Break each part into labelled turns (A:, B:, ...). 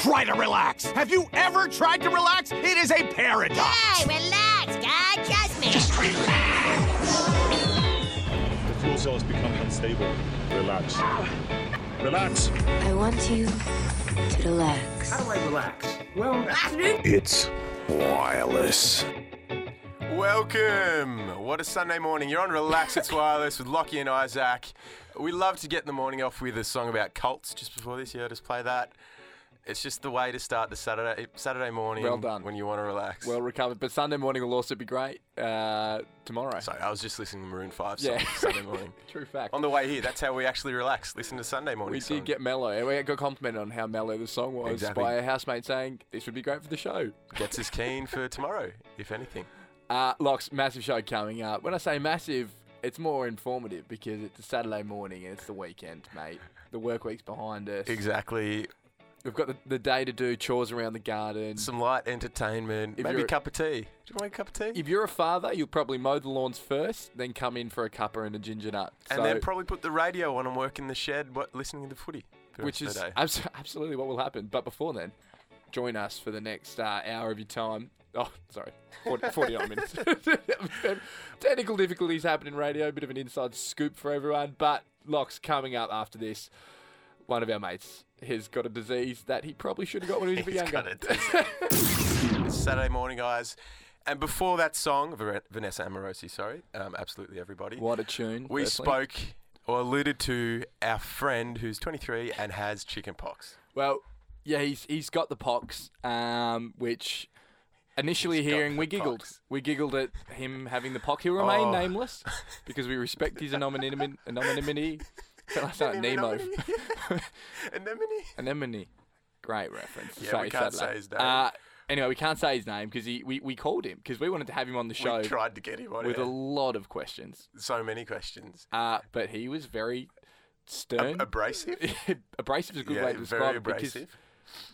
A: try to relax. Have you ever tried to relax? It is a paradox.
B: Hey, relax. God judge me.
A: Just relax.
C: The fuel cell is becoming unstable. Relax. Relax.
D: I want you to relax.
E: How do I relax? Well,
C: It's wireless.
F: Welcome! What a Sunday morning. You're on Relax It's Wireless with Lockie and Isaac. We love to get the morning off with a song about cults just before this. Yeah, just play that. It's just the way to start the Saturday Saturday morning
G: Well done.
F: when you want to relax.
G: Well recovered, but Sunday morning will also be great uh, tomorrow.
F: Sorry, I was just listening to Maroon 5 song
G: Yeah.
F: Sunday morning.
G: True fact.
F: On the way here, that's how we actually relax. Listen to Sunday morning
G: we
F: song.
G: did get mellow. and We got complimented on how mellow the song was
F: Exactly.
G: by a housemate saying this would be great for the show.
F: Gets us keen for tomorrow, if anything.
G: Uh, Locks, massive show coming up. When I say massive, it's more informative because it's a Saturday morning and it's the weekend, mate. The work week's behind us.
F: Exactly.
G: We've got the, the day to do chores around the garden.
F: Some light entertainment.
G: If
F: Maybe a
G: you're-
F: cup of tea. Do you want a cup of tea?
G: If you're a father, you'll probably mow the lawns first, then come in for a cuppa and a ginger nut.
F: and
G: So-
F: then probably put the radio on and work in the shed, what, listening to the footy. for the
G: which
F: rest
G: is
F: of the day.
G: abs- absolutely what will happen. But before then, join us for the next uh, hour of your time. Oh, sorry, 40, 49 minutes. Technical difficulties happen in radio, bit of an inside scoop for everyone. But Locks coming up after this. One of our mates has got a disease that he probably should have got when he was a bit
F: He's
G: younger.
F: got it. It's Saturday morning, guys. And before that song, Ver- Vanessa Amorosi, sorry, um, absolutely everybody.
G: What a tune!
F: we
G: firstly.
F: spoke or alluded to our friend who's 23 and has chicken pox.
G: Well, yeah, he's he's got the pox, um, which initially
F: He's got
G: hearing
F: the
G: we giggled.
F: pox.
G: We giggled at him having the pox. He'll remain
F: Oh.
G: nameless because we respect his anonymity. anonymity. Can I say it? Nemo?
F: Anemone.
G: Anemone. Great reference.
F: Yeah,
G: Sorry,
F: we can't
G: Sadler.
F: say his name.
G: Uh, anyway, we can't say his name because we, we called him because we wanted to have him on the show
F: We tried to get him on
G: with
F: air.
G: a lot of questions.
F: so many questions.
G: Uh, but he was very stern.
F: Abrasive?
G: abrasive is a good
F: yeah,
G: way to describe
F: very
G: it because
F: abrasive.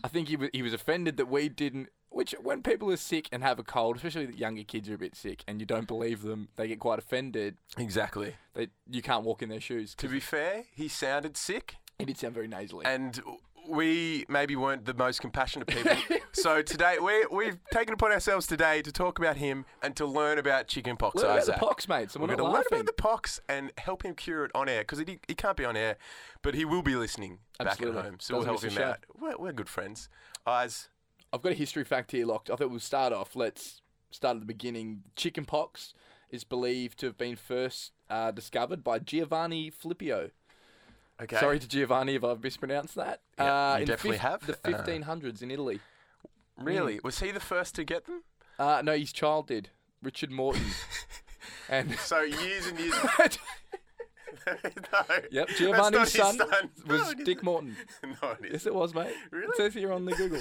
G: I think he was, he was offended that we didn't. Which, when people are sick and have a cold, especially the younger kids are a bit sick, and you don't believe them, they get quite offended
F: Exactly.
G: that you can't walk in their shoes.
F: To be fair, he sounded sick.
G: It did sound very nasally.
F: and we maybe weren't the most compassionate people. so today we we've taken upon ourselves today to talk about him and to learn about chicken pox.
G: Learn about
F: Isaac.
G: the pox, mate, so we're
F: We're
G: not
F: gonna learn
G: laughing.
F: about the pox and help him cure it on air because he, he can't be on air, but he will be listening
G: Absolutely.
F: back at home. So we'll
G: Doesn't
F: help
G: miss
F: him
G: a show.
F: out. We're, we're good friends. Eyes.
G: I've got a history fact here, locked. I thought we'll start off. Let's start at the beginning. Chickenpox is believed to have been first uh, discovered by Giovanni Flippio.
F: Okay.
G: Sorry to Giovanni if I've mispronounced that.
F: Yeah,
G: uh,
F: you
G: in the
F: definitely
G: fif-
F: have.
G: The
F: Uh,
G: 1500s in Italy. mm.
F: Really? Was he the first to get them?
G: Uh, no, his child did. Richard Morton. and
F: So years and years. no.
G: Yep,
F: That's not
G: Giovanni's
F: his
G: son,
F: No,
G: was
F: it
G: Dick
F: isn't.
G: Morton.
F: No, it
G: Yes,
F: isn't.
G: it was, mate.
F: Really?
G: It says here on the Google.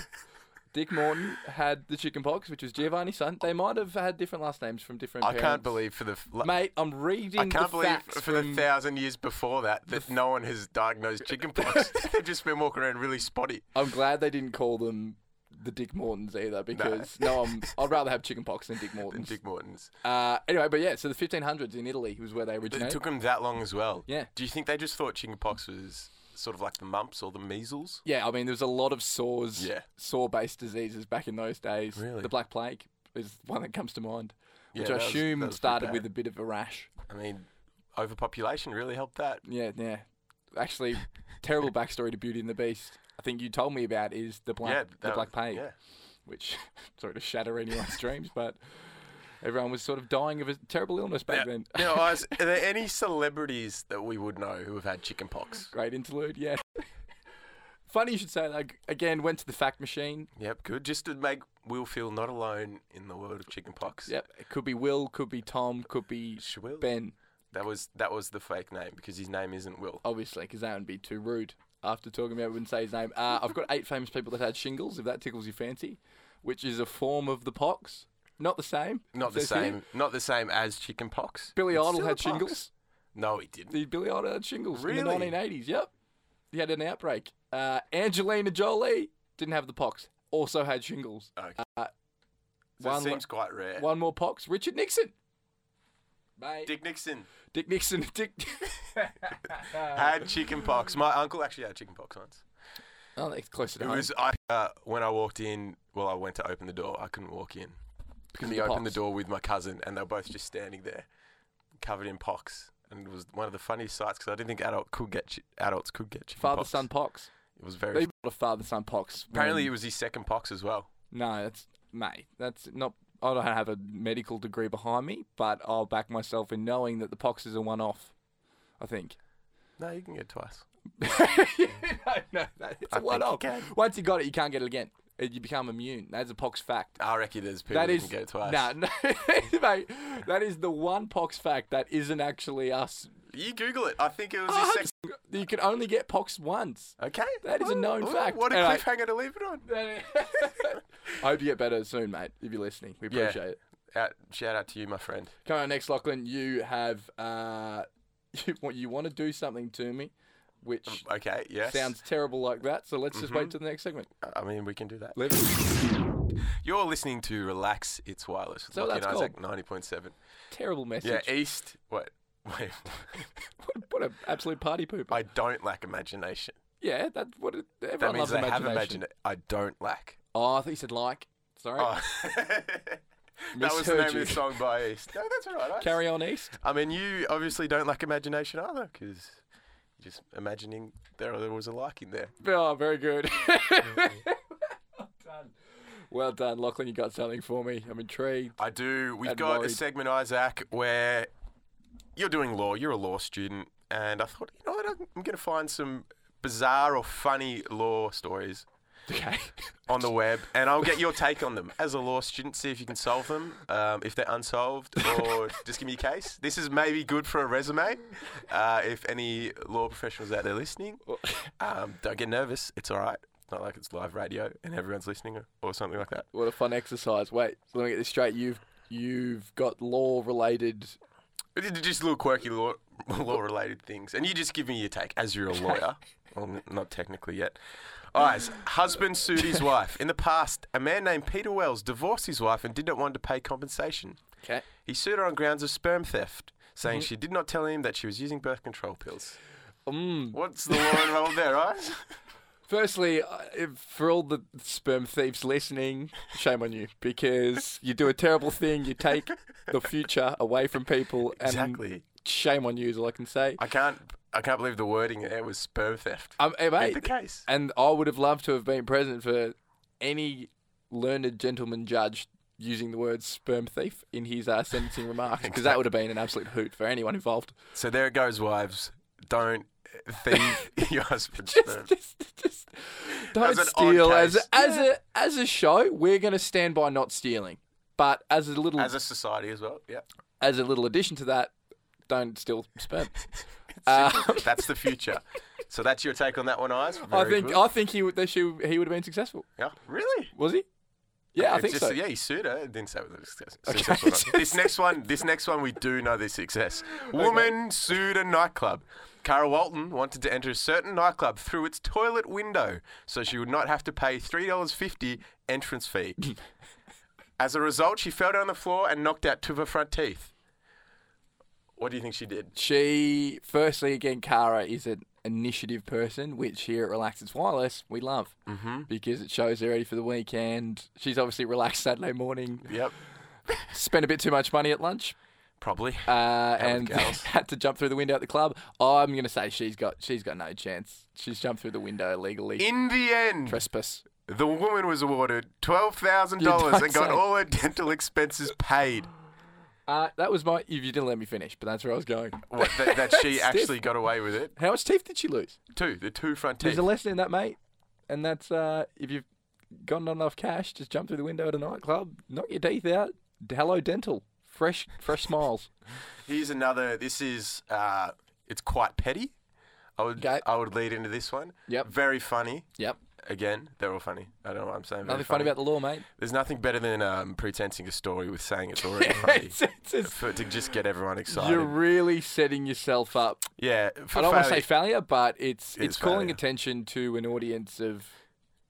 G: Dick Morton had the chicken pox, which was Giovanni's son. They might have had different last names from different
F: I
G: parents.
F: can't believe for the f- la-
G: Mate, I'm reading
F: I can't
G: the
F: believe for
G: facts
F: the
G: from-
F: thousand years before that that no one has diagnosed chickenpox. They've just been walking around really spotty.
G: I'm glad they didn't call them the Dick Mortons either, because no, I'm, I'd rather have chicken pox than Dick Mortons.
F: Dick Mortons.
G: uh, anyway, but yeah, so the 1500s in Italy was where they
F: But it
G: originated.
F: took them that long as well.
G: Yeah.
F: Do you think they just thought chickenpox was sort of like the mumps or the measles?
G: Yeah, I mean, there was a lot of sores,
F: Yeah.
G: sore-based diseases back in those days.
F: Really?
G: The Black Plague is one that comes to mind,
F: Yeah,
G: which I
F: that was-
G: assume
F: that was pretty
G: started
F: bad.
G: with a bit of a rash.
F: I mean, overpopulation really helped that.
G: Yeah, yeah. Actually, terrible backstory to Beauty and the Beast. I think you told me about is the black
F: yeah.
G: the
F: that-
G: Black Plague,
F: Yeah.
G: which sort of shatter anyone's dreams, but everyone was sort of dying of a terrible illness
F: Now,
G: back then.
F: now, Oz, are there any celebrities that we would know who have had chickenpox?
G: Great interlude, yeah. Funny you should say that. Again, went to the fact machine.
F: Yep, good. Just to make Will feel not alone in the world of chickenpox.
G: Yep, it could be Will, could be Tom, could be
F: Shwill.
G: Ben.
F: That was that was the fake name because his name isn't Will.
G: obviously, because that would be too rude after talking about it and say his name. Uh, I've got eight famous people that had shingles, if that tickles your fancy, which is a form of the pox. Not the same.
F: Not the
G: It says here.
F: same. Not the same as chickenpox.
G: Billy
F: It's
G: Idol
F: still a
G: had
F: pox.
G: shingles.
F: No, he didn't.
G: The Billy Idol had shingles in the
F: Really?
G: 1980s. Yep, he had an outbreak. Uh, Angelina Jolie didn't have the pox. Also had shingles.
F: Okay.
G: Uh,
F: So it
G: one,
F: seems quite rare.
G: one more pox. Richard Nixon. Mate,
F: Dick
G: Dick,
F: Nixon
G: Nixon. Dick.
F: had chickenpox. My uncle actually had chickenpox once.
G: Oh, that's closer to
F: It
G: home.
F: was I, uh, when I walked in. Well, I went to open the door. I couldn't walk in because
G: of
F: we
G: the
F: opened the
G: pox.
F: door with my cousin, and they were both just standing there, covered in pox. And it was one of the funniest sights because I didn't think adult could get chi- adults could get chicken
G: father
F: pox.
G: son pox.
F: It was
G: They
F: very.
G: bought a father son pox.
F: Apparently,
G: when-
F: it was his second pox as well.
G: No, that's mate. That's not. I don't have a medical degree behind me, but I'll back myself in knowing that the pox is a one-off. I think.
F: No, you can get it twice.
G: no, no, that- it's
F: I
G: a
F: think you
G: one-off.
F: can.
G: Once you got it, you can't get it again. Uh, You become immune. That's a pox fact.
F: I reckon there's people
G: That
F: who
G: is
F: can get it twice.
G: Nah, no, mate. That is the one pox fact that isn't actually us.
F: You Google it. I think it was his second.
G: You can only get pox once.
F: Okay,
G: That is a known fact.
F: What a
G: Anyway.
F: cliffhanger to leave it on.
G: I hope you get better soon, mate. If you're listening, we
F: Yeah.
G: appreciate it.
F: Out, Uh, shout out to you, my friend.
G: Coming up next, Lachlan, you have uh, you want you want to do something to me,
F: Um,
G: which
F: Okay, yes.
G: sounds terrible like that. So let's
F: Mm-hmm.
G: just wait till the next segment.
F: I mean, we can do that.
G: Live it.
F: You're listening to Relax It's Wireless with
G: So
F: Lachie and
G: that's
F: Isaac 90.7.
G: terrible message.
F: Yeah, e- East. What? Wait.
G: what, a- what an absolute party pooper.
F: I don't lack imagination.
G: yeah, that what a- everyone
F: That means
G: loves
F: they have
G: imagination.
F: imagined it. I don't lack.
G: Oh, I thought you said like. Sorry.
F: Oh. that was the
G: Misheard
F: name of
G: you.
F: the song by East. No, that's all right. I-
G: Carry on, East.
F: I mean, you obviously don't lack imagination either because you're just imagining there, there was a like in there.
G: Oh, very good. well done. Well done, Lachlan. You got something for me. I'm intrigued.
F: I do. We've
G: And
F: got a
G: worried.
F: segment, Isaac, where you're doing law. You're a law student, and I thought, you know what? I'm going to find some bizarre or funny law stories
G: Okay.
F: on the web, and I'll get your take on them as a law student. See if you can solve them. Um, if they're unsolved, or just give me your case. This is maybe good for a resume. Uh, if any law professionals out there listening, um, don't get nervous. It's all right. It's not like it's live radio and everyone's listening or- or something like that.
G: What a fun exercise. Wait, so let me get this straight. You've you've got law related.
F: It's Just little quirky law, law related things. And you just give me your take as you're a lawyer. well, n- not technically yet. All right. so Husband sued his wife. In the past, a man named Peter Wells divorced his wife and did not want to pay compensation.
G: Okay.
F: He sued her on grounds of sperm theft, saying
G: Mm-hmm.
F: she did not tell him that she was using birth control pills.
G: Mm.
F: What's the law involved there, right?
G: Firstly, uh, if- for all the sperm thieves listening, shame on you because you do a terrible thing. You take the future away from people. And
F: Exactly.
G: Shame on you is all I can say.
F: I can't. I can't believe the wording there was sperm theft.
G: Um, hey,
F: Make
G: mate,
F: the case.
G: And I would have loved to have been present for any learned gentleman judge using the word sperm thief in his uh, sentencing remarks because that would have been an absolute hoot for anyone involved.
F: So there it goes, wives. Don't thieve your husband's sperm.
G: just, just, just don't
F: As an odd
G: steal. As
F: case.
G: as a as a show, we're going to stand by not stealing. But as a little
F: As a society as well. Yeah.
G: as a little addition to that, don't steal sperm. Um,
F: That's the future. so that's your take on that one, Eyes.
G: I
F: Very
G: think
F: good.
G: I think he would- that she, he would have been successful.
F: yeah. Really?
G: Was he? Yeah, I
F: It's
G: think
F: just-
G: so.
F: Yeah, he sued her. It didn't say whether it was success- successful. or not. this next one, this next one, we do know the success. Woman sued a nightclub. Cara Walton wanted to enter a certain nightclub through its toilet window, so she would not have to pay three dollars fifty entrance fee. As a result, she fell down on the floor and knocked out two of her front teeth. What do you think she did?
G: She, firstly, again, Cara is an initiative person, which here at Relax It's Wireless we love mm-hmm. because it shows they're ready for the weekend. She's obviously relaxed Saturday morning,
F: Yep,
G: spent a bit too much money at lunch,
F: probably.
G: uh,
F: with
G: and
F: the gals.
G: had to jump through the window at the club. I'm gonna say she's got she's got no chance. She's jumped through the window legally.
F: In the end,
G: Trespass.
F: The woman was awarded twelve thousand
G: You
F: dollars
G: don't
F: and got
G: say.
F: all her dental expenses paid.
G: Uh, that was my. If you didn't let me finish, but that's where I was going.
F: What, that, that she
G: Stiff.
F: actually got away with it.
G: How much teeth did she lose?
F: Two, the two front teeth.
G: There's a lesson in that, mate. And that's uh, if you've got not enough cash, just jump through the window at a nightclub, knock your teeth out. Hello, dental. Fresh, fresh smiles.
F: Here's another. This is uh, it's quite petty. I would
G: Okay.
F: I would lead into this one.
G: Yep.
F: Very funny.
G: Yep.
F: Again, they're all funny. I don't know what I'm saying. very
G: Nothing funny about the law, mate.
F: There's nothing better than um, pretensing a story with saying it's already funny.
G: It's- it's- it's-
F: For, to just get everyone excited.
G: you're really setting yourself up.
F: yeah. For
G: I don't want to
F: failure.
G: say failure, but it's it's,
F: It is
G: calling
F: failure.
G: attention to an audience of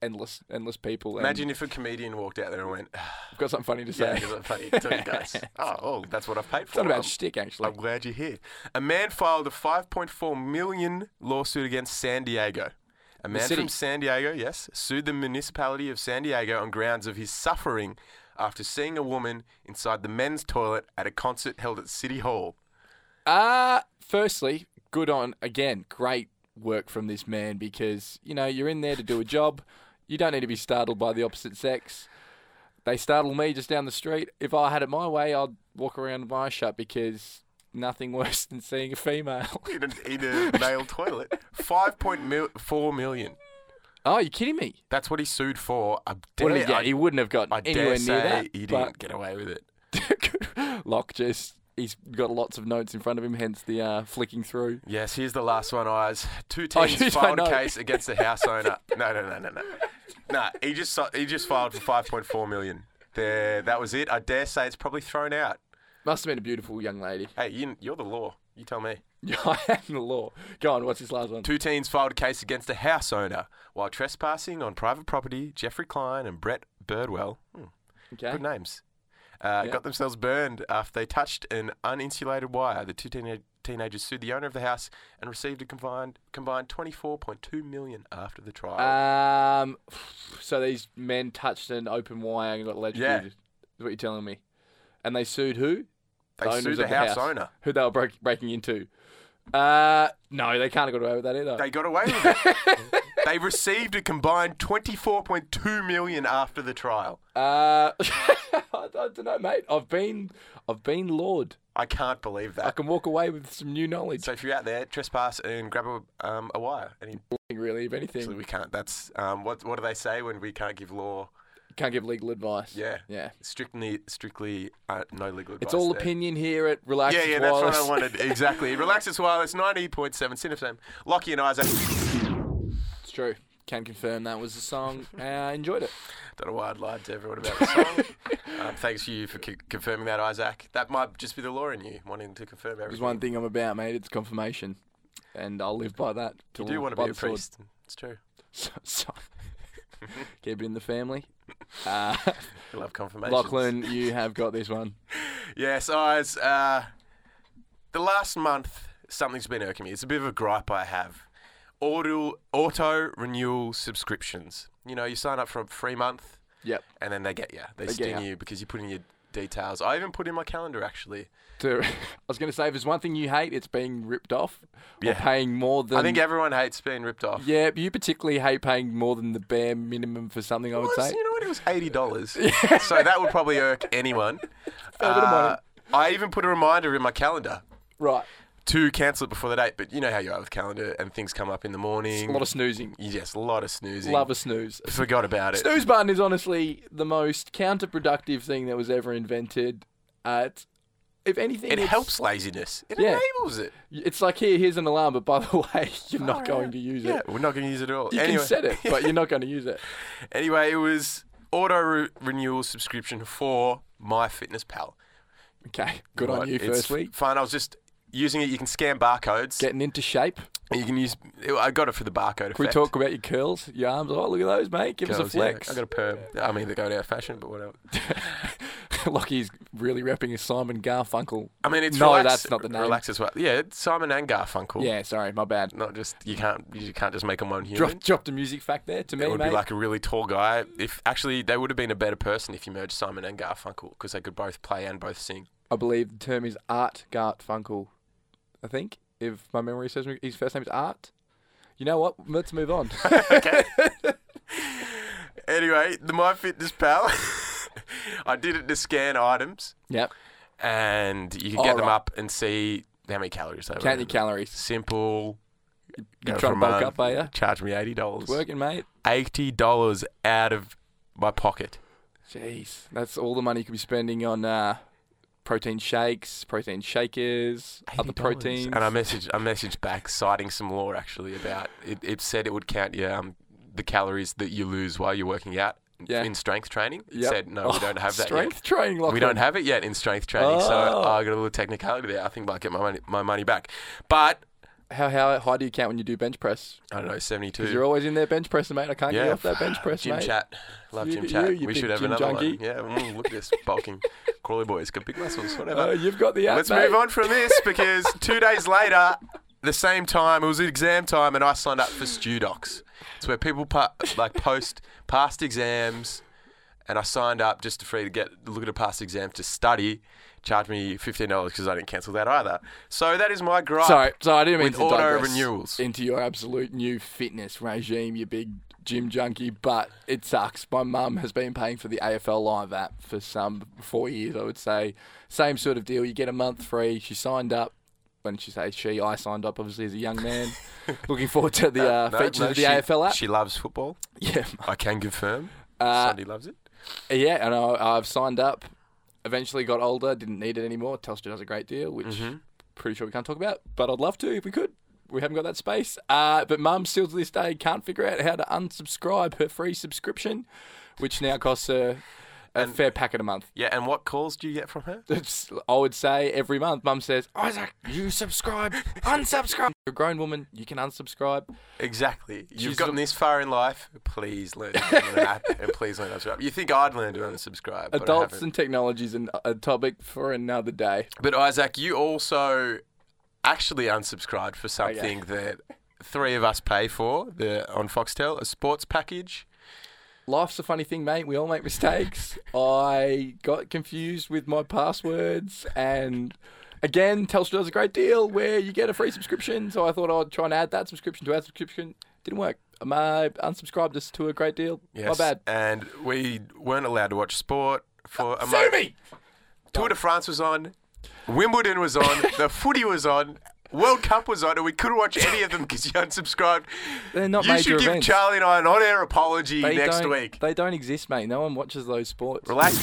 G: endless endless people. and
F: Imagine if a comedian walked out there and went, "Ah,
G: I've got something funny to
F: Yeah,
G: say.
F: because I paid two guys. Oh, oh, that's what I've paid for.
G: it's not about
F: I'm-
G: shtick, actually.
F: I'm glad you're here. A man filed a 5.4 million lawsuit against San Diego A man
G: city.
F: from San Diego, yes, sued the municipality of San Diego on grounds of his suffering after seeing a woman inside the men's toilet at a concert held at City Hall.
G: Uh firstly, good on again, great work from this man because, you know, you're in there to do a job. You don't need to be startled by the opposite sex. They startle me just down the street. If I had it my way, I'd walk around with my eyes shut because nothing worse than seeing a female.
F: In a, in a male toilet. 5.4 million.
G: oh, you kidding me?
F: That's what he sued for. I dare,
G: Well, yeah,
F: I,
G: he wouldn't have got
F: I dare
G: anywhere
F: say
G: near that.
F: he didn't
G: but-
F: get away with it.
G: Locke just he's got lots of notes in front of him, hence the uh, flicking through.
F: Yes, here's the last one, Eyes. Two
G: Oh,
F: teams
G: you don't
F: filed a
G: know.
F: case against the house owner. No, no, no, no, no. No, he just si- he just filed for 5.4 million. There, that was it. I dare say it's probably thrown out.
G: Must have been a beautiful young lady.
F: Hey, you, you're the law. You tell me.
G: I am the law. Go on, what's his last one?
F: Two teens filed a case against a house owner while trespassing on private property. Jeffrey Klein and Brett Birdwell, hmm,
G: Okay.
F: good names, uh,
G: Eh? Yeah.
F: got themselves burned after they touched an uninsulated wire. The two teenage teenagers sued the owner of the house and received a combined combined 24.2 million after the trial.
G: Um, so these men touched an open wire and got electrocuted. Is what you're telling me? And they sued who?
F: they
G: owners
F: sued the
G: of
F: house, owner.
G: Who they were break, breaking into? Uh, no, they can't have got away with that either.
F: They got away with it. they received a combined 24.2 million after the trial.
G: uh, I, don't know, mate. I've been, I've been lord.
F: I can't believe
G: I
F: that.
G: can walk away with some new knowledge.
F: So if you're out there, trespass and grab a, um, a wire. And
G: really, if
F: actually,
G: anything,
F: we can't. That's um, what what do they say when we can't give law?
G: can't give legal advice.
F: Yeah,
G: yeah.
F: Strictly, strictly, uh, no legal advice.
G: It's all
F: there.
G: opinion here at Relax.
F: Yeah, yeah, that's what I
G: Wireless.
F: wanted. Exactly. Relaxes Wireless, 90.7, Cinefam. Lockie and Isaac.
G: It's true. Can confirm that was the song. Uh, I enjoyed it.
F: Don't know why I'd lied to everyone about the song. um, thanks you for c- confirming that, Isaac. That might just be the law in you, wanting to confirm everything.
G: There's one thing I'm about, mate. It's confirmation, and I'll live by that.
F: You
G: till-
F: do want to
G: by
F: be a
G: the sword.
F: priest. It's true.
G: So, so- keep it in the family. Uh,
F: I love confirmation.
G: Lachlan, you have got this one.
F: Yes, Oz. Uh, the last month, something's been irking me. It's a bit of a gripe I have. Auto, auto renewal subscriptions. You know, you sign up for a free month
G: Yep.
F: and then they get you. They,
G: They get
F: sting
G: ya.
F: you because you put in your details. I even put in my calendar, actually.
G: So, I was going to say, if there's one thing you hate, it's being ripped off or
F: Yeah.
G: paying more than.
F: I think everyone hates being ripped off.
G: yeah, you particularly hate paying more than the bare minimum for something. I would
F: It was-
G: say.
F: you know what? It was eighty dollars. so that would probably irk anyone.
G: bit of money.
F: Uh, I even put a reminder in my calendar
G: Right.
F: to cancel it before the date. But you know how you are with calendar, and things come up in the morning.
G: A lot of snoozing.
F: yes, a lot of snoozing.
G: Love a snooze.
F: Forgot about it.
G: Snooze button is honestly the most counterproductive thing that was ever invented. Uh, it's, if anything,
F: It
G: it's-
F: helps laziness. It
G: Yeah.
F: enables it.
G: It's like here, here's an alarm, but by the way, you're not going to use
F: Yeah,
G: it.
F: we're not going to use it at all.
G: You
F: anyway,
G: can set it, but you're not going to use it.
F: anyway, it was auto re- renewal subscription for MyFitnessPal.
G: Okay, good on
F: Right,
G: you.
F: it's
G: Firstly,
F: fine. I was just using it. You can scan barcodes.
G: getting into shape.
F: you can use. I got it for the barcode.
G: Can we
F: effect.
G: talk about your curls, your arms? Oh, look at those, mate! Give us a
F: Girls, yeah,
G: flex.
F: I got a perm. I mean, they go out of fashion, but whatever.
G: Lockie's really repping his Simon Garfunkel.
F: I mean, it's
G: no,
F: relax,
G: that's not the name.
F: Relax Mm-hmm. as well. Yeah, it's Simon and Garfunkel.
G: Yeah, sorry, my bad.
F: Not just you can't you can't just make them one human.
G: Drop, dropped a music fact there to me,
F: it would
G: mate.
F: be like a really tall guy. If actually they would have been a better person if you merged Simon and Garfunkel because they could both play and both sing.
G: I believe the term is Art Garfunkel. I think, if my memory serves me, his first name is Art. You know what? Let's move on.
F: Anyway, the MyFitnessPal, I did it to scan items,
G: yep.
F: and you can
G: All
F: get them
G: Oh, right.
F: up and see how many calories they were.
G: Count your
F: in.
G: calories.
F: Simple.
G: You
F: go
G: trying
F: for
G: to
F: a
G: bulk
F: month,
G: up, are you?
F: Charge me eighty dollars.
G: Working, mate.
F: eighty dollars out of my pocket.
G: Jeez, that's all the money you could be spending on uh, protein shakes, protein shakers, other proteins.
F: And I messaged I messaged back citing some law actually about it, it said it would count your um, the calories that you lose while you're working out
G: Yeah.
F: in strength training. It
G: Yep.
F: said no, we
G: Oh,
F: don't have that
G: Strength
F: yet.
G: training, Lachlan.
F: We don't have it yet in strength training, so
G: Oh.
F: I got a little technicality there. I think I might get my money, my money back, but
G: How how high do you count when you do bench press?
F: I don't know seventy two.
G: Because you're always in there bench pressing, mate. I can't get
F: yeah,
G: you off that bench press,
F: gym
G: mate.
F: chat. Love
G: You-
F: gym
G: you,
F: chat.
G: you
F: we
G: big
F: should have
G: gym
F: another
G: junkie.
F: one. Yeah, mm, look at this bulking. Crawley boys got big muscles. Whatever.
G: Oh, you've got the app,
F: Let's
G: mate.
F: move on from this because two days later, the same time, it was exam time, and I signed up for Studocs. It's where people pa- like post past exams, and I signed up just to free to get look at a past exam to study. Charged me fifteen dollars because I didn't cancel that either. So that is my gripe.
G: Sorry, sorry, I didn't mean
F: with
G: to
F: auto
G: digress
F: renewals.
G: into your absolute new fitness regime, you big gym junkie. But it sucks. My mum has been paying for the AFL Live app for some four years, I would say. Same sort of deal. You get a month free. She signed up. When she says she, I signed up obviously as a young man. Looking forward to the uh,
F: No,
G: features
F: no,
G: of the
F: she-
G: AFL app. Uh,
F: She loves football.
G: yeah,
F: I can confirm. Sandy loves it.
G: Yeah, and I, I've signed up. Eventually got older, didn't need it anymore. Telstra does a great deal, which pretty sure we can't talk about, but I'd love to if we could. We haven't got that space. Uh, but mum still to this day can't figure out how to unsubscribe her free subscription, which now costs her a fair packet a month.
F: Yeah, and what calls do you get from her?
G: It's, I would say every month, mum says, Isaac, you subscribe, unsubscribe. You're a grown woman, you can unsubscribe.
F: Exactly. You've
G: She's
F: gotten
G: the-
F: this far in life. Please learn to download an app and please learn to unsubscribe. You think I'd learn to unsubscribe? but I
G: Adults
F: haven't.
G: and technologies, and a topic for another day.
F: But Isaac, you also actually unsubscribed for something that three of us pay for the on Foxtel, a sports package.
G: life's a funny thing, mate. We all make mistakes. I got confused with my passwords, and again, Telstra does a great deal where you get a free subscription. So I thought I'd try and add that subscription to our subscription. Didn't work. Um, I unsubscribed us to a great deal.
F: Yes.
G: My bad.
F: And we weren't allowed to watch sport for a
G: Sue
F: month.
G: me.
F: Tour de France was on, Wimbledon was on, the footy was on. World Cup was on, and we couldn't watch any of them because you unsubscribed.
G: They're not
F: you
G: major
F: should give
G: events.
F: Charlie and I an on-air apology
G: They
F: next
G: don't-
F: week.
G: They don't exist, mate. No one watches those sports.
F: Relax.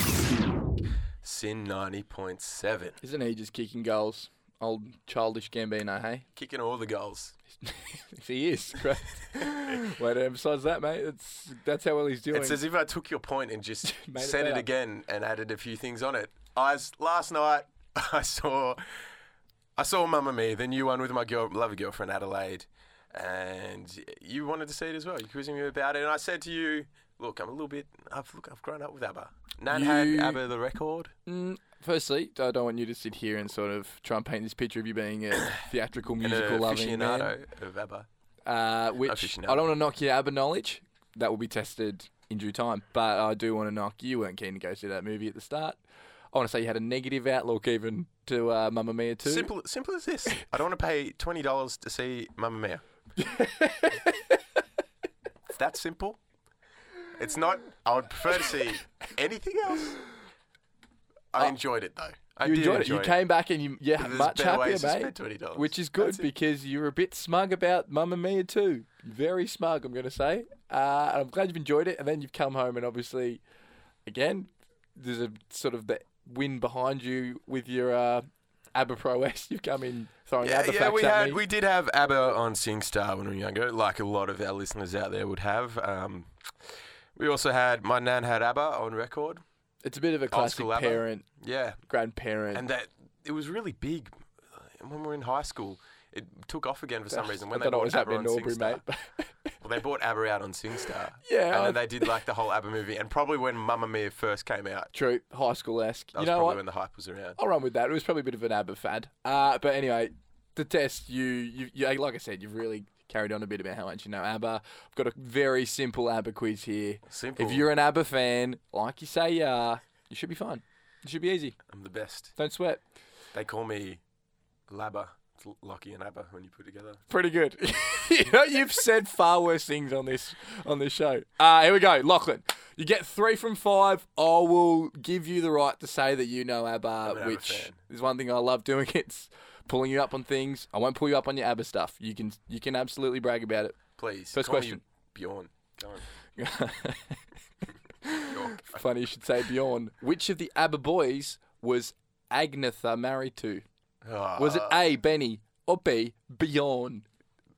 F: Sin ninety point seven,
G: Isn't he just kicking goals? Old childish Gambino, hey?
F: kicking all the goals.
G: he is. Correct. Way to emphasise that, mate. It's, that's how well he's doing.
F: It's as if I took your point and just
G: Made it
F: said it,
G: better.
F: again and added a few things on it. I s- last night I saw I saw Mamma Mia, the new one with my girl, lovely girlfriend Adelaide, and you wanted to see it as well. You quizzing me about it, and I said to you, "Look, I'm a little bit. I've look, I've grown up with ABBA. Nan
G: You-
F: had ABBA the record.
G: Firstly, I don't want you to sit here and sort of try and paint this picture of you being a theatrical,
F: and a
G: musical loving man.
F: aficionado of ABBA.
G: Uh, which
F: Aficionado.
G: I don't want to knock your ABBA knowledge. That will be tested in due time. But I do want to knock you weren't keen to go see that movie at the start. I want to say you had a negative outlook even to uh, Mamma Mia too.
F: Simple, simple as this. I don't want to pay twenty dollars to see Mamma Mia. it's that simple. It's not. I would prefer to see anything else. I enjoyed it though. I
G: Oh. You
F: did
G: enjoyed it.
F: enjoy
G: You came back and you, yeah,
F: There's
G: much
F: better
G: happier,
F: ways to
G: mate.
F: spend $20.
G: Which is good
F: That's it.
G: because you were a bit smug about Mamma Mia too. Very smug, I'm going to say. Uh, and I'm glad you've enjoyed it. And then you've come home and obviously, again, there's a sort of the wind behind you with your uh, ABBA Pro S. You've come in throwing
F: Yeah,
G: ABBA
F: yeah,
G: facts
F: we
G: at
F: had
G: me.
F: we did have ABBA on SingStar when we were younger, like a lot of our listeners out there would have. Um, we also had my nan had ABBA on record.
G: It's a bit of a classic
F: school ABBA.
G: parent,
F: Yeah,
G: grandparent.
F: and that it was really big when we were in high school. It took off again for some reason. When
G: Ah, I don't
F: they
G: know
F: bought
G: what's happening in
F: ABBA on
G: Norbury,
F: SingStar.
G: mate.
F: Well, they bought ABBA out on SingStar.
G: Yeah,
F: and
G: I-
F: then they did like the whole ABBA movie, and probably when Mamma Mia first came out,
G: True, high school esque.
F: that
G: You
F: was
G: know
F: probably
G: what?
F: when the hype was around.
G: I'll run with that. It was probably a bit of an ABBA fad. Uh, but anyway, the test, you, you, you, like I said, you've really carried on a bit about how much you know ABBA. I've got a very simple ABBA quiz here.
F: Simple.
G: If you're an ABBA fan, like you say you are, you should be fine. It should be easy.
F: I'm the best.
G: Don't sweat.
F: They call me Labba. It's L- Lockie and ABBA when you put together.
G: Pretty good. you know, you've said far worse things on this on this show. Uh, here we go, Lachlan. You get three from five. I will give you the right to say that you know ABBA,
F: an ABBA
G: which
F: fan.
G: is one thing I love doing. It's pulling you up on things. I won't pull you up on your ABBA stuff. You can you can absolutely brag about it.
F: Please.
G: First
F: call
G: question.
F: Me Bjorn. Go on.
G: Funny you should say Bjorn. Which of the ABBA boys was Agnetha married to?
F: Ah,
G: Was it A. Benny or B. Bjorn?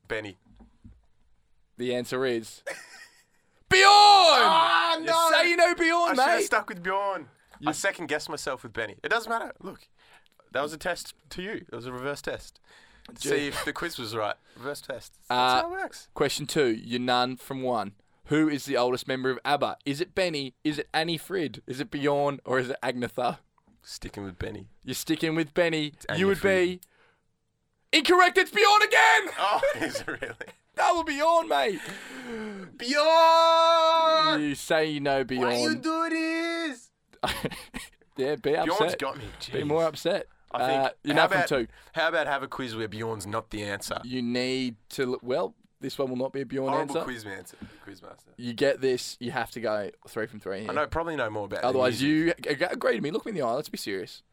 F: Benny?
G: The answer is Bjorn. Ah,
F: no.
G: You say you know Bjorn,
F: I should have
G: Oh, mate.
F: stuck with Bjorn. I second guessed myself with Benny. It doesn't matter. Look, that was a test to you. It was a reverse test. See if the quiz was right. Reverse test. That's
G: Uh,
F: how it works.
G: Question two. You're none from one. Who is the oldest member of ABBA? Is it Benny? Is it Annie Frid? Is it Bjorn or is it Agnetha?
F: Sticking with Benny.
G: You're sticking with Benny.
F: Annie
G: you would
F: Frid.
G: be Incorrect, it's Bjorn again!
F: Oh, is it really?
G: Double Bjorn, mate!
F: Bjorn!
G: You say you know Bjorn.
F: Why you do this?
G: yeah, be upset.
F: Bjorn's got me.
G: Be
F: jeez.
G: more upset.
F: I think.
G: Uh, you're
F: how
G: not from
F: about,
G: two.
F: How about have a quiz where Bjorn's not the answer?
G: You need to. l- Well, this one will not be a Bjorn
F: Horrible
G: answer.
F: quiz answer. Quiz master.
G: You get this, you have to go three from three. Here.
F: I know, probably know more about. it than
G: Otherwise,
F: do.
G: you ag- agree to me. Look me in the eye. Let's be serious.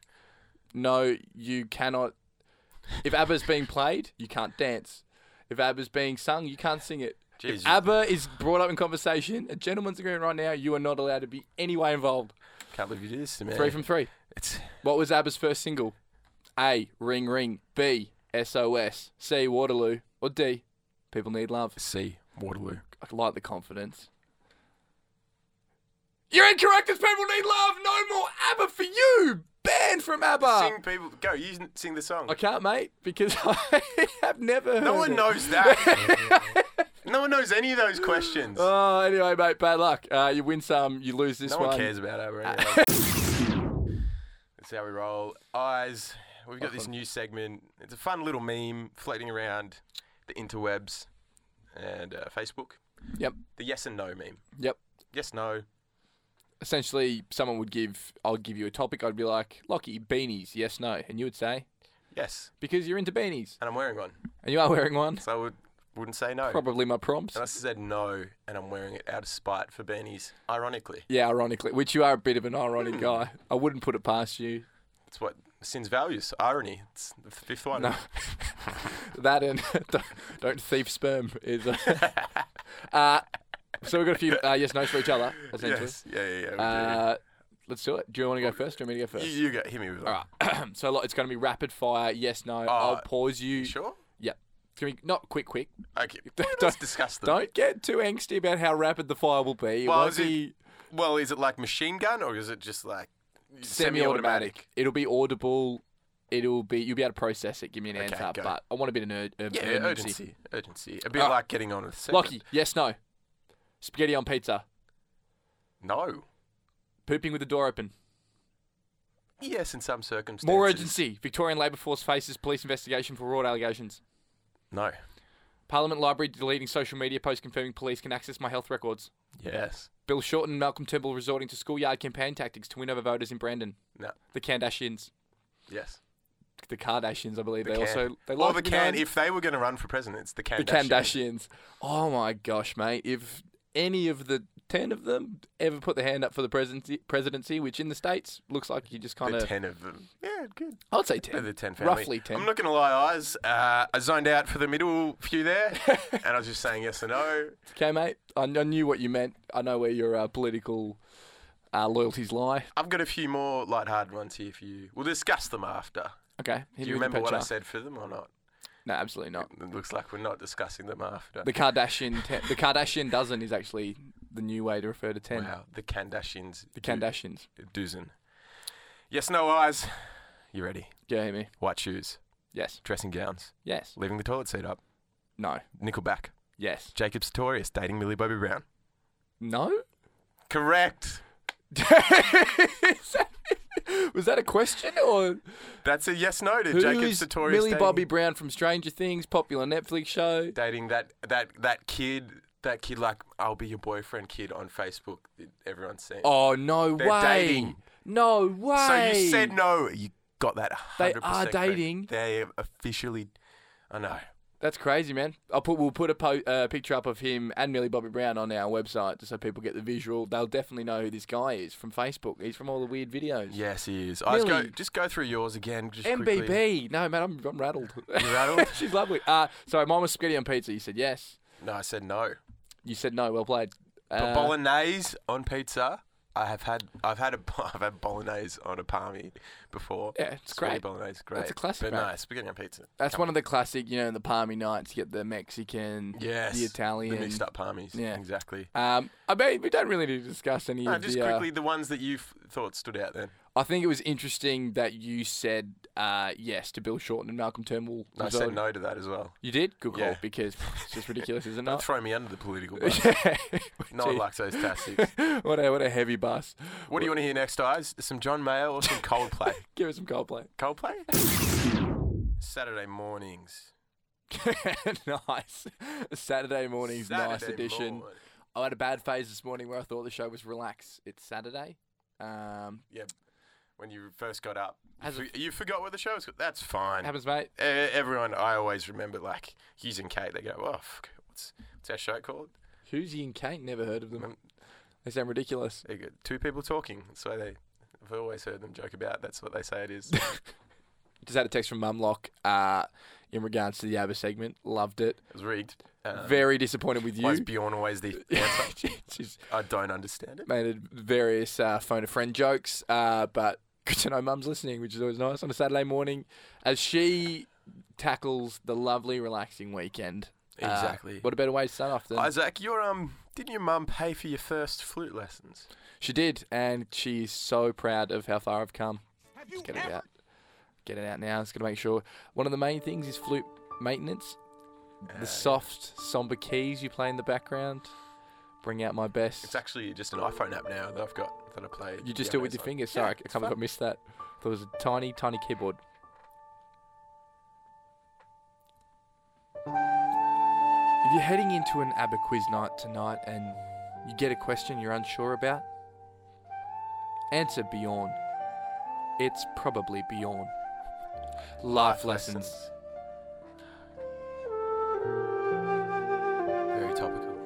G: No, you cannot. If ABBA's being played, you can't dance. If ABBA's being sung, you can't sing it.
F: Jeez,
G: if
F: you-
G: ABBA is brought up in conversation, a gentleman's agreement right now, you are not allowed to be any way involved.
F: can't believe you do this to me.
G: Three from three.
F: It's
G: What was ABBA's first single? A. Ring Ring. B. SOS. C. Waterloo. Or D. People Need Love.
F: C Waterloo.
G: I like the confidence. You're incorrect. It's People Need Love. No more ABBA for you. Banned from ABBA.
F: sing people. Go. You n- sing the song.
G: I can't, mate, because I have never heard
F: No one
G: it.
F: knows that. no one knows any of those questions.
G: Oh, anyway, mate, bad luck. Uh, you win some, you lose this
F: no
G: one. Uh,
F: one cares about Abra. Anyway. That's how we roll. Eyes. We've got this new segment. It's a fun little meme floating around the interwebs and uh, Facebook.
G: Yep,
F: The yes and no meme.
G: yep.
F: Yes, no.
G: Essentially, someone would give, I'll give you a topic. I'd be like, Lockie, beanies, yes, no. And you would say,
F: Yes.
G: because you're into beanies.
F: And I'm wearing one.
G: And you are wearing one.
F: So I would, wouldn't say no.
G: Probably my prompts.
F: Unless I said no and I'm wearing it out of spite for beanies. Ironically,
G: Yeah, ironically, which you are a bit of an ironic guy. I wouldn't put it past you.
F: it's what sin's values. Irony. It's the fifth one.
G: No. that and don't, don't thief sperm is. uh, uh, so we've got a few uh, yes, no's for each other, essentially.
F: Yes. Yeah, yeah, yeah. we do.
G: Uh, let's do it. Do you want to go first? Do you want me to go first?
F: you, you go. Hit me with that.
G: All right. so like, it's going to be rapid fire. Yes, no. I'll pause you.
F: Uh, Sure.
G: Yep. It's going to be not quick, quick.
F: Okay. Let's discuss them.
G: Don't get too angsty about how rapid the fire will be. It
F: Well,
G: won't
F: is it
G: be
F: Well, is it like machine gun or is it just like
G: semi-automatic. It'll be audible. It'll be you'll be able to process it. Give me an answer,
F: go.
G: but I want a bit of ner- uh,
F: Yeah,
G: urgency.
F: urgency. Urgency. A bit
G: All right.
F: like getting on with the segment.
G: Lockie, yes, no. Spaghetti on pizza.
F: No.
G: Pooping with the door open.
F: Yes, in some circumstances.
G: More urgency. Victorian labour force faces police investigation for fraud allegations.
F: No.
G: Parliament Library deleting social media posts confirming police can access my health records.
F: Yes.
G: Bill Shorten and Malcolm Turnbull resorting to schoolyard campaign tactics to win over voters in Brandon.
F: No.
G: The Kardashians.
F: Yes.
G: The Kardashians, I believe.
F: The
G: they
F: can.
G: also they
F: or
G: like
F: the
G: to be
F: can.
G: known-
F: If they were going to run for president, it's the can.
G: the Kardashians. Oh my gosh, mate! If any of the ten of them ever put their hand up for the presidency, presidency, which in the states looks like you just kind
F: The
G: of,
F: ten of them. Yeah, good.
G: I would say
F: They're
G: ten,
F: the ten family.
G: roughly ten.
F: I'm not going to lie, eyes. Uh, I zoned out for the middle few there, and I was just saying yes and no.
G: Okay, mate. I, kn- I knew what you meant. I know where your uh, political uh, loyalties lie.
F: I've got a few more light-hearted ones here for you. We'll discuss them after.
G: Okay. hit me
F: Do you
G: with the
F: remember what I
G: picture.
F: said for them or not?
G: No, absolutely not.
F: It looks like we're not discussing them after.
G: The Kardashian, te- the Kardashian dozen is actually the new way to refer to ten.
F: wow, the Kardashians.
G: The Kardashians.
F: Doozin. Yes, no eyes. You ready?
G: Yeah, hear me.
F: White shoes,
G: Yes.
F: dressing gowns,
G: Yes.
F: leaving the toilet seat up,
G: No.
F: Nickelback,
G: Yes.
F: Jacob Sartorius dating Millie Bobby Brown.
G: No.
F: Correct.
G: Was that a question or
F: That's a yes no to
G: who
F: Jacob
G: is
F: Sartorius
G: Millie
F: dating,
G: Bobby Brown from Stranger Things, popular Netflix show?
F: dating that that that kid that kid like I'll be your boyfriend kid on Facebook that everyone's seen.
G: Oh no
F: They're
G: way!
F: dating.
G: No way!
F: So you said no. You got that. 100%
G: They are
F: correct.
G: dating.
F: They are officially. I know.
G: That's crazy, man. I'll put we'll put a po- uh, picture up of him and Millie Bobby Brown on our website just so people get the visual. They'll definitely know who this guy is from Facebook. He's from all the weird videos.
F: Yes, he is. I just go
G: Millie.
F: just go through yours again. Just
G: MBB.
F: Quickly.
G: No, man, I'm, I'm rattled.
F: You rattled?
G: She's lovely. Uh, sorry, mine was spaghetti on pizza. You said yes.
F: No, I said no.
G: You said no. Well played.
F: But
G: Uh,
F: bolognese on pizza. I have had I've had a I've had bolognese on a palmy before.
G: Yeah, it's
F: Spaghetti
G: great.
F: Bolognese, great.
G: That's a classic,
F: But
G: mate.
F: no, spaghetti on pizza.
G: that's one of the classic, you know, in the palmy nights, you get the Mexican,
F: Yes,
G: the Italian.
F: the mixed up palmies.
G: Yeah.
F: exactly.
G: Um, I mean, we don't really need to discuss any
F: No,
G: of
F: just
G: the. uh,
F: quickly the ones that you f- thought stood out then.
G: I think it was interesting that you said uh, yes to Bill Shorten and Malcolm Turnbull.
F: No, I
G: resigning.
F: said no to that as well.
G: You did? Good call,
F: Yeah.
G: because it's just ridiculous, isn't
F: Don't
G: it?
F: throw me under the political bus. No one likes those tactics.
G: what a what a heavy bus.
F: What do you want to hear next, guys? Some John Mayer or some Coldplay?
G: Give us some Coldplay.
F: Coldplay? Saturday mornings.
G: nice. Saturday morning's nice
F: Saturday
G: edition.
F: morning.
G: I had a bad phase this morning where I thought the show was relax. It's Saturday. Um,
F: Yeah. When you first got up, you,
G: As a-
F: for- you forgot what the show was. called. That's fine.
G: happens, mate.
F: E- Everyone, I always remember like Hughes and Kate. They go, "Oh, fuck, what's what's our show called?"
G: Hoosie and Kate, never heard of them.
F: Mm.
G: They sound ridiculous.
F: They go, Two people talking. That's why they. I've always heard them joke about. That's what they say it is.
G: Just had a text from Mumlock uh, in regards to the ABBA segment. Loved it.
F: It was rigged. Um,
G: Very disappointed with
F: Why is
G: you.
F: Bjorn always the answer?
G: She's
F: I don't understand it.
G: made various uh, phone a friend jokes, uh, but good to know Mum's listening, which is always nice on a Saturday morning as she tackles the lovely, relaxing weekend. Uh,
F: Exactly.
G: what a better way to start off than
F: Isaac, your um, didn't your mum pay for your first flute lessons?
G: She did, and she's so proud of how far I've come.
A: Have you
G: Let's get it
A: ever
G: out. Get it out now. It's going to make sure. One of the main things is flute maintenance. The soft, somber keys you play in the background. Bring out my best.
F: It's actually just an iPhone app now that I've got that I play.
G: You just do it with your
F: pianos on.
G: fingers. Sorry, I
F: it's
G: can't believe I
F: fun.
G: missed that. There was a tiny, tiny keyboard. If you're heading into an ABBA quiz night tonight and you get a question you're unsure about, answer Bjorn. It's probably Bjorn. Life lessons.
F: Very topical.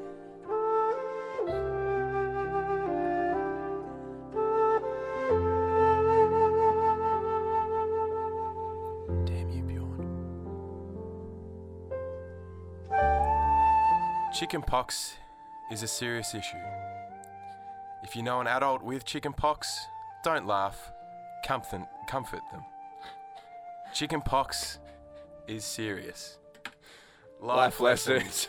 F: Damn you, Bjorn. Chickenpox is a serious issue. If you know an adult with chickenpox, don't laugh. Comfort, comfort them. Chickenpox is serious.
G: Life lessons.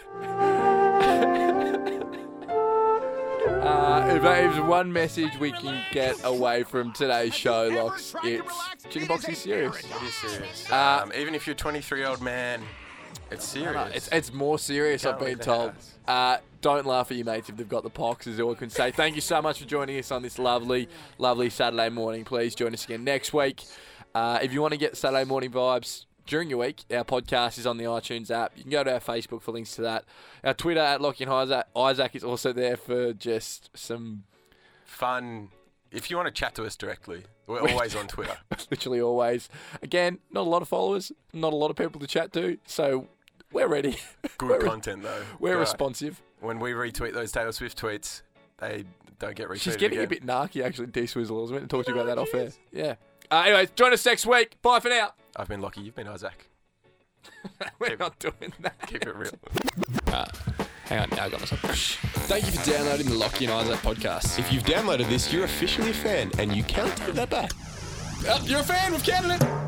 G: Uh, if there's one message we can get away from today's show, Locks, it's chickenpox is serious.
F: It is serious.
G: Uh,
F: um, even if you're a 23 year old man, it's serious.
G: It's, it's more serious, I've
F: Can't
G: been
F: leave the
G: told.
F: house.
G: Uh, don't laugh at your mates if they've got the pox, is all I can say. Thank you so much for joining us on this lovely, lovely Saturday morning. Please join us again next week. Uh, if you want to get Saturday morning vibes during your week, our podcast is on the iTunes app. You can go to our Facebook for links to that. Our Twitter at Lockie and Isaac, Isaac is also there for just some
F: fun. If you want to chat to us directly, we're always on Twitter.
G: literally always. Again, not a lot of followers, not a lot of people to chat to, so we're ready.
F: Good content, though.
G: We're
F: God.
G: responsive.
F: When we retweet those Taylor Swift tweets, they don't get retweeted.
G: She's getting
F: again.
G: a bit narky, actually, D Swizzle. I was meant to talk to you about that off air. Yeah. Uh, anyways, join us next week. Bye for now.
F: I've been lucky. You've been Isaac.
G: We're
F: Keep-
G: not doing that.
F: Keep it real.
G: Hang on, now I got myself. Thank you for downloading the Lockie and Isaac podcast. If
E: You've downloaded this, you're officially a fan, and you can't take that back.
G: you're a fan, we've counted it.